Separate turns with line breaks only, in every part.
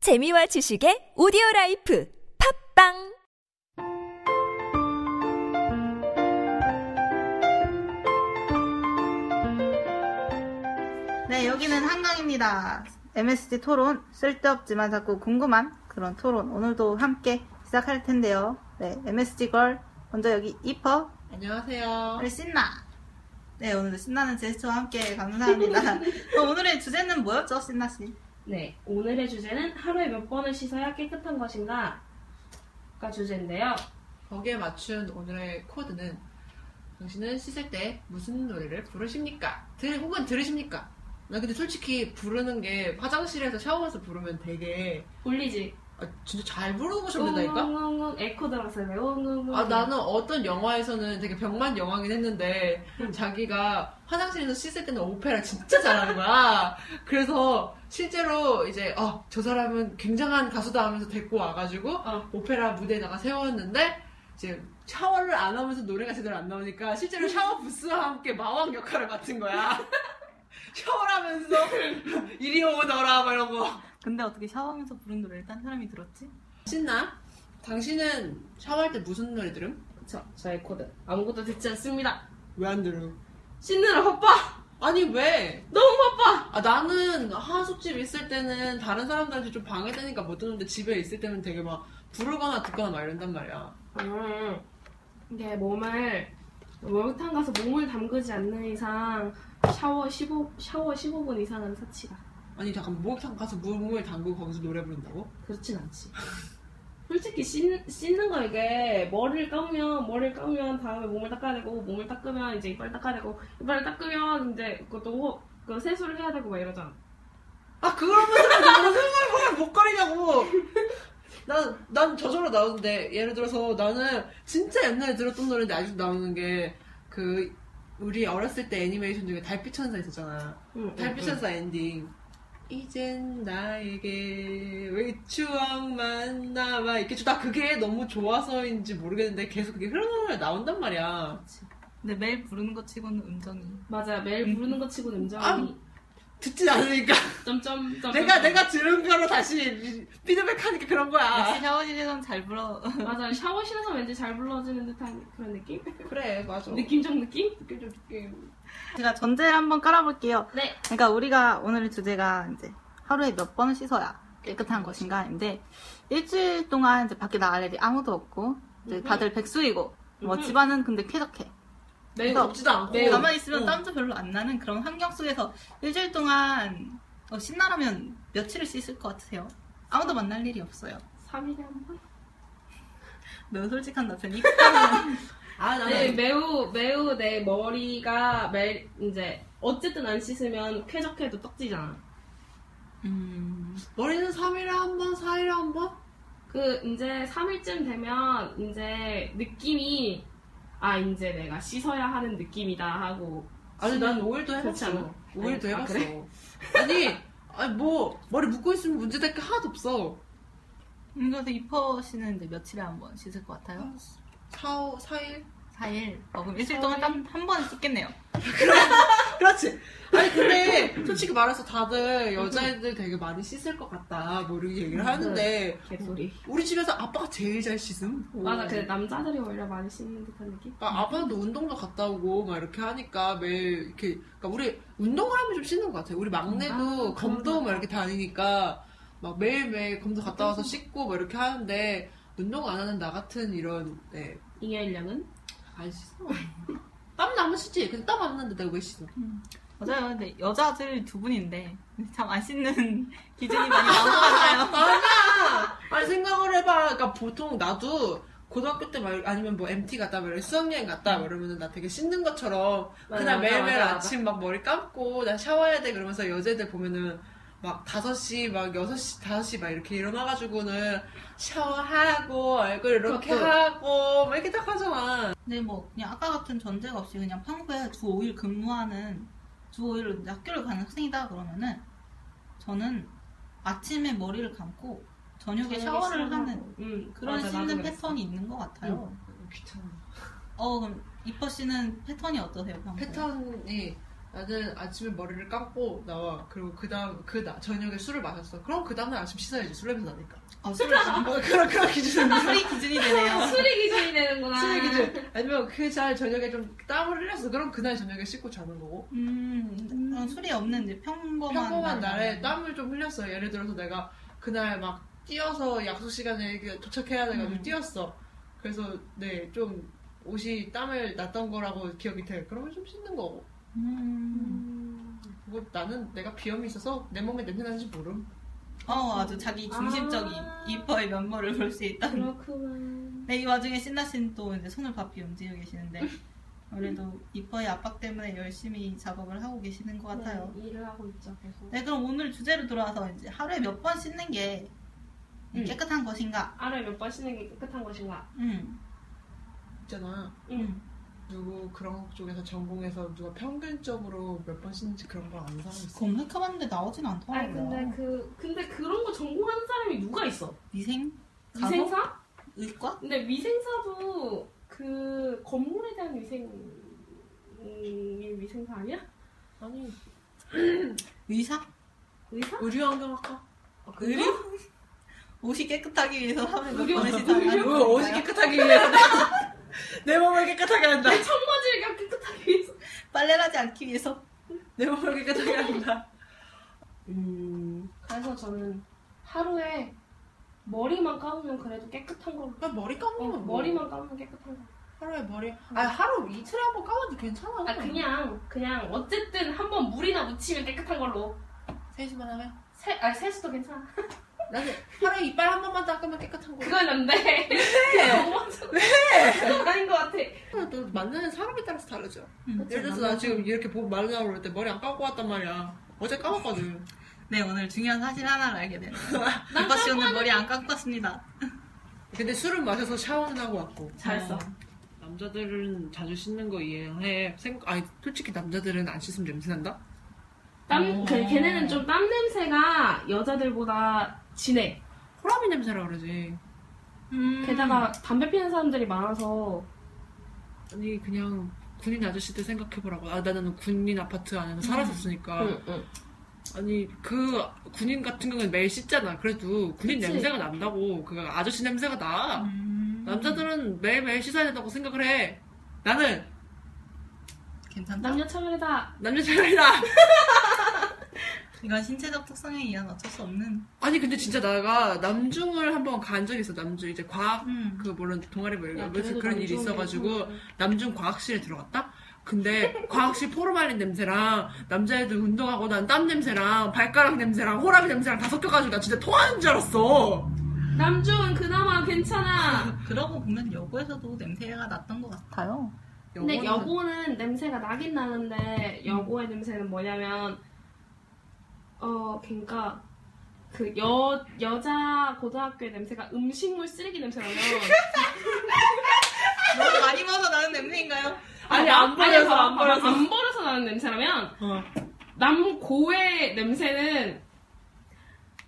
재미와 지식의 오디오 라이프 팝빵
네, 여기는 한강입니다. MSG 토론, 쓸데없지만 자꾸 궁금한 그런 토론, 오늘도 함께 시작할 텐데요. 네, MSG 걸, 먼저 여기 이퍼,
안녕하세요.
오늘 신나. 네, 오늘도 신나는 제스처와 함께 감사합니다. 그럼 오늘의 주제는 뭐였죠, 신나씨?
네, 오늘의 주제는 하루에 몇 번을 씻어야 깨끗한 것인가? 가 주제인데요.
거기에 맞춘 오늘의 코드는 당신은 씻을 때 무슨 노래를 부르십니까? 들, 혹은 들으십니까? 나 근데 솔직히 부르는 게 화장실에서 샤워해서 부르면 되게
울리지?
아, 진짜 잘 부르는 곳이 없는다니까?
웅웅웅 에코 들어갔어요. 왜 웅웅웅.
아, 나는 어떤 영화에서는 되게 병만 영화긴 했는데 자기가 화장실에서 씻을 때는 오페라 진짜 잘하는 거야. 그래서 실제로 이제 어, 저 사람은 굉장한 가수다 하면서 데리고 와가지고
어.
오페라 무대에다가 세웠는데 이제 샤워를 안 하면서 노래가 제대로 안 나오니까 실제로 샤워 부스와 함께 마왕 역할을 맡은 거야. 샤워를 하면서 이리 오너라 막 이런 거.
근데 어떻게 샤워하면서 부른 노래를 딴 사람이 들었지?
신나? 당신은 샤워할 때 무슨 노래 들음?
그쵸, 저의 코드. 아무것도 듣지 않습니다.
왜 안 들음?
씻느라 바빠!
아니 왜?
너무 바빠!
아, 나는 하숙집 있을 때는 다른 사람들한테 좀 방해되니까 못 듣는데 집에 있을 때는 되게 막 부르거나 듣거나 막 이런단 말이야.
음, 이게 몸을, 목욕탕 가서 몸을 담그지 않는 이상 샤워 15, 샤워 15분 이상은 사치다.
아니 잠깐 목욕탕 가서 물을 담그고 거기서 노래 부른다고?
그렇진 않지. 솔직히 씻, 씻는 거 이게 머리를 감으면 머리를 감으면 다음에 몸을 닦아야 되고 몸을 닦으면 이제 이빨 닦아야 되고 이빨 닦으면 이제 그것도 호- 그 세수를 해야 되고 막 이러잖아.
아 그런 분들은 무슨 말을 못 가리냐고. 난, 난 저절로 나오는데 예를 들어서 나는 진짜 옛날에 들었던 노래인데 아직도 나오는 게 그 우리 어렸을 때 애니메이션 중에 달빛 천사 있었잖아.
응,
달빛 천사 엔딩. 이젠 나에게 왜 추억만 남아 이렇게 나 그게 너무 좋아서인지 모르겠는데 계속 그게 흐르는 나온단 말이야.
근데 매일 부르는 것 치고는 음정이
맞아 매일 부르는 것 치고는 음정이
아. 듣진 않으니까
점점점.
내가 내가 들은 거로 다시 피드백하니까 그런 거야.
역시 샤워실에선 잘 불어
맞아 샤워실에서 왠지 잘 불러지는 듯한 그런 느낌?
그래
어.
맞아.
느낌적 느낌?
느낌 좀 느낌.
제가 전제를 한번 깔아볼게요.
네.
그러니까 우리가 오늘의 주제가 이제 하루에 몇 번을 씻어야 깨끗한 것인가인데 일주일 동안 이제 밖에 나갈 일이 아무도 없고 이제 다들 백수이고 뭐
음흠.
집안은 근데 쾌적해.
매일 덥지도 않고 어.
네, 가만히 있으면 땀도 별로 안 나는 그런 환경 속에서 일주일 동안 어, 신나라면 며칠을 씻을 것 같으세요? 아무도 만날 일이 없어요.
3일에 한 번?
매우 솔직한 남편이
아 나는
네, 매우 매우 내 머리가 매 이제 어쨌든 안 씻으면 쾌적해도 떡지잖아.
음
머리는 3일에 한 번, 4일에 한 번?
그 이제 3일쯤 되면 이제 느낌이 아 이제 내가 씻어야 하는 느낌이다 하고
아니 난 5일도
그렇지
해봤어.
않아?
5일도
아니, 아,
해봤어.
그래?
아니 아니 뭐 머리 묶고 있으면 문제될 게 하나도 없어.
음,
그래서 입어 씨는 이제 며칠에 한 번 씻을 것 같아요?
4, 5, 4일?
4일 어 그럼 일주일 동안 땀 한 번은 씻겠네요
그렇지. 아니 근데 솔직히 말해서 다들 여자애들 되게 많이 씻을 것 같다 뭐 이렇게 얘기를 하는데
개소리.
우리 집에서 아빠가 제일 잘 씻음.
맞아,
네.
근데 남자들이 오히려 많이 씻는 듯한 느낌?
아, 아빠도 운동도 갔다 오고 막 이렇게 하니까 매일 이렇게 그러니까 우리 운동을 하면 좀 씻는 것 같아요. 우리 막내도
아,
검도
그런가.
막 이렇게 다니니까 막 매일 매일 검도 갔다 와서 씻고 막 이렇게 하는데 운동 안 하는 나 같은 이런 네,
이해일량은?
안 아, 씻어. 땀 나면 씻지. 근데 땀 안 나는데 내가 왜 씻어?
맞아요 근데 여자들 두 분인데 참 안 씻는 기준이 많이 나온 것 같아요
아니야. 아니 생각을 해봐. 그러니까 보통 나도 고등학교 때 말, 아니면 뭐 MT 갔다 말 수학여행 갔다 막 이러면은 나 되게 씻는 것처럼
맞아,
그날
맞아,
매일매일
맞아, 맞아.
아침 막 머리 감고 나 샤워해야 돼 그러면서 여자들 보면은 막 5시 막 6시 5시 막 이렇게 일어나가지고는 샤워하고 얼굴 이렇게
그것도.
하고 막 이렇게 딱 하잖아.
근데 뭐 그냥 아까 같은 전제가 없이 그냥 평소에 주 5일 근무하는 주 5일 이제 학교를 가는 학생이다 그러면은 저는 아침에 머리를 감고 저녁에 샤워를 하는
음,
그런
맞아, 나도
씻는
그랬어.
패턴이 있는 것 같아요.
귀찮아.
어 그럼 이퍼 씨는 패턴이 어떠세요? 평소에?
패턴이 나는 아침에 머리를 감고 나와. 그리고 그 다음, 그 나, 저녁에 술을 마셨어. 그럼 그 다음날 아침 씻어야지. 술 냄새 나니까.
아, 술이,
뭐 그런, 그런 기준입니다.
술이 기준이 되네요.
아, 술이 기준이
아.
되는구나.
술 기준. 아니면 그 잘 저녁에 좀 땀을 흘렸어. 그럼 그날 저녁에 씻고 자는 거고.
음, 그럼 술이 없는 이제 평범한,
평범한
날.
날에 땀을 좀 흘렸어. 예를 들어서 내가 그날 막 뛰어서 약속 시간에 이게 도착해야 돼가지고
음.
뛰었어. 그래서 네, 좀 옷이 땀을 났던 거라고 기억이 돼. 그러면 좀 씻는 거고.
음.
그거 나는 내가 비염이 있어서 내 몸에 냄새 나는지 모름.
어, 아주 자기 중심적인
아.
이퍼의 면모를 볼 수 있다.
그렇구나.
네, 이 와중에 신나 씨는 또 이제 손을 바삐 움직이고 계시는데 그래도 이퍼의 압박 때문에 열심히 작업을 하고 계시는 것 같아요.
네, 일을 하고 있죠, 계속.
네, 그럼 오늘 주제로 돌아와서 이제 하루에 몇 번 씻는 게
음.
깨끗한 것인가?
하루에 몇 번 씻는 게 깨끗한 것인가?
음.
있잖아.
응.
누구 그런 쪽에서 전공해서 누가 평균적으로 몇 번 씻는지 그런 걸 아는 사람 있어.
검색해봤는데 나오진 않더라고요.
아니 근데 그 근데 그런 거 전공하는 사람이 누가 있어?
위생? 간호?
위생사?
의과?
근데 위생사도 그 건물에 대한 위생 음, 위생사 아니야?
아니
의사?
의사?
의료환경학과.
의료? 옷이 깨끗하기 위해서 하루에
아, 의료?
몇번 씻는
왜 아, 뭐, 옷이 깨끗하게 위해서 내 몸을 깨끗하게 한다.
청바지가 깨끗하게 위해서.
빨래를 하지 않기 위해서?
내 몸을 깨끗하게 한다.
음. 그래서 저는 하루에 머리만 감으면 그래도 깨끗한 걸로.
나 머리
어,
감는 거
머리만 감으면 깨끗한 거.
하루에 머리 아 하루 이틀에 한 번 감아도 괜찮아
아 그냥 그냥 어쨌든 한번 물이나 묻히면 깨끗한 걸로.
세수만 하면 뭐?
세, 아 세수도 괜찮아.
나는 하루에 이빨 한 번만 닦으면 깨끗한 거야
그건 안 돼. 그건 너무 왜? 그건 아닌 것 같아.
그건 음, 또 만나는 사람에 따라서 다르죠
음.
예를 들어서 나 지금 이렇게 보고 마르다고 그럴 때 머리 안 감고 왔단 말이야 어제 감았거든
네, 오늘 중요한 사실 하나를 알게 됐네요. 이빠 씨 오늘 머리 안 깎았습니다.
근데 술은 마셔서 샤워는 하고 왔고
잘했어.
남자들은 자주 씻는 거 이해해 생각 아니 솔직히 남자들은 안 씻으면 냄새 난다 음.
땀, 그, 걔네는 좀 땀 냄새가 여자들보다 진해.
호라비 냄새라 그러지
음.
게다가 담배 피는 사람들이 많아서
아니 그냥 군인 아저씨들 생각해보라고 아 나는 군인 아파트 안에서 살았었으니까
응.
아니 그 군인 같은 경우는 매일 씻잖아. 그래도 군인
그치.
냄새가 난다고 그 아저씨 냄새가 나.
음.
남자들은 매일 매일 씻어야 된다고 생각을 해. 나는
괜찮다.
남녀 차별이다.
남자 차별이다.
이건 신체적 특성에 의한 어쩔 수 없는.
아니 근데 진짜 나가 남중을 한번 간 적이 있어. 남중 이제 과학
음.
그 물론 동아리 뭐
야,
이런
그래도
그런 일이
남중은
있어가지고
괜찮은데.
남중 과학실에 들어갔다. 근데 과학실 포르말린 냄새랑 남자애들 운동하고 난 땀 냄새랑 발가락 냄새랑 호라비 냄새랑 다 섞여가지고 나 진짜 토하는 줄 알았어.
남중은 그나마 괜찮아.
그러고 보면 여고에서도 냄새가 났던 것 같아요.
근데
영혼은-
여고는 냄새가 나긴 나는데
음.
여고의 냄새는 뭐냐면 어 그러니까 그 여 여자 고등학교의 냄새가 음식물 쓰레기 냄새라면
너무 많이 먹어서 나는 냄새인가요?
아니, 안 버려서,
아니, 봐봐,
안 버려서.
봐봐. 안 버려서 나는 냄새라면
어.
남고의 냄새는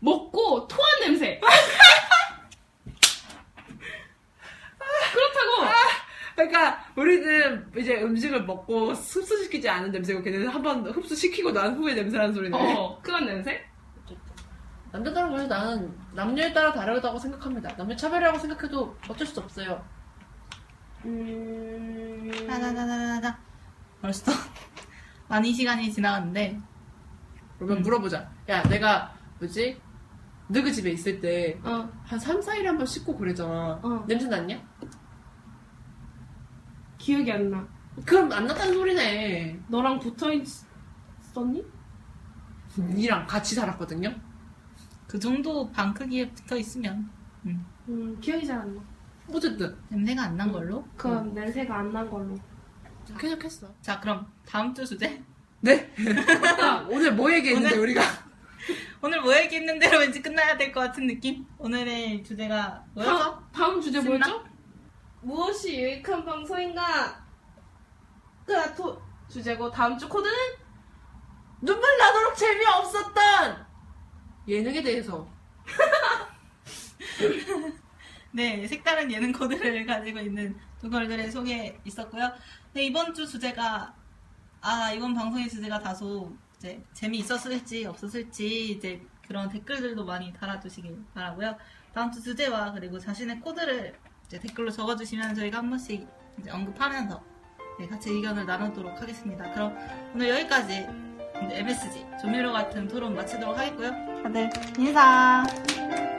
먹고 토한 냄새. 그렇다고
그러니까 우리는 이제 음식을 먹고 흡수시키지 않은 냄새고 걔네는 한 번 흡수시키고 난 후에 냄새라는 소리네.
어 그런 냄새?
남자들은 그래서 나는 남녀에 따라 다르다고 생각합니다. 남녀 차별이라고 생각해도 어쩔 수 없어요.
음.
아, 나나나나나나. 벌써 많이 시간이 지나갔는데
그러면
음.
물어보자. 야, 내가 뭐지? 너그 집에 있을 때 한
어.
3, 4일에 한 번 씻고 그랬잖아.
어.
냄새 났냐?
기억이 안 나.
그럼 안 났다는 소리네.
너랑 붙어 있었니?
니랑 같이 살았거든요.
그 정도 방 크기에 붙어 있으면
음, 기억이 잘 안 나.
어쨌든
냄새가 안 난 걸로.
그건 냄새가 안 난 걸로.
계속했어.
자, 그럼 다음 주 주제.
네. 오늘 뭐 얘기했는데
오늘-
우리가?
오늘 뭐 얘기했는 대로 왠지 끝나야 될 것 같은 느낌. 오늘의 주제가 뭐였죠?
다음, 다음 주제
네?
신나?
뭐였죠? 무엇이 유익한 방송인가? 그 토, 주제고 다음 주 코드는
눈물 나도록 재미없었던 예능에 대해서
네, 색다른 예능 코드를 가지고 있는 두 걸들의 소개 있었고요. 네, 이번 주 주제가 아 이번 방송의 주제가 다소 이제 재미 있었을지 없었을지 이제 그런 댓글들도 많이 달아주시길 바라고요. 다음 주 주제와 그리고 자신의 코드를 이제 댓글로 적어주시면 저희가 한 번씩 이제 언급하면서 네, 같이 의견을 나누도록 하겠습니다. 그럼 오늘 여기까지 이제 MSG 조미료 같은 토론 마치도록 하겠고요.
다들 아, 네. 인사.
안녕.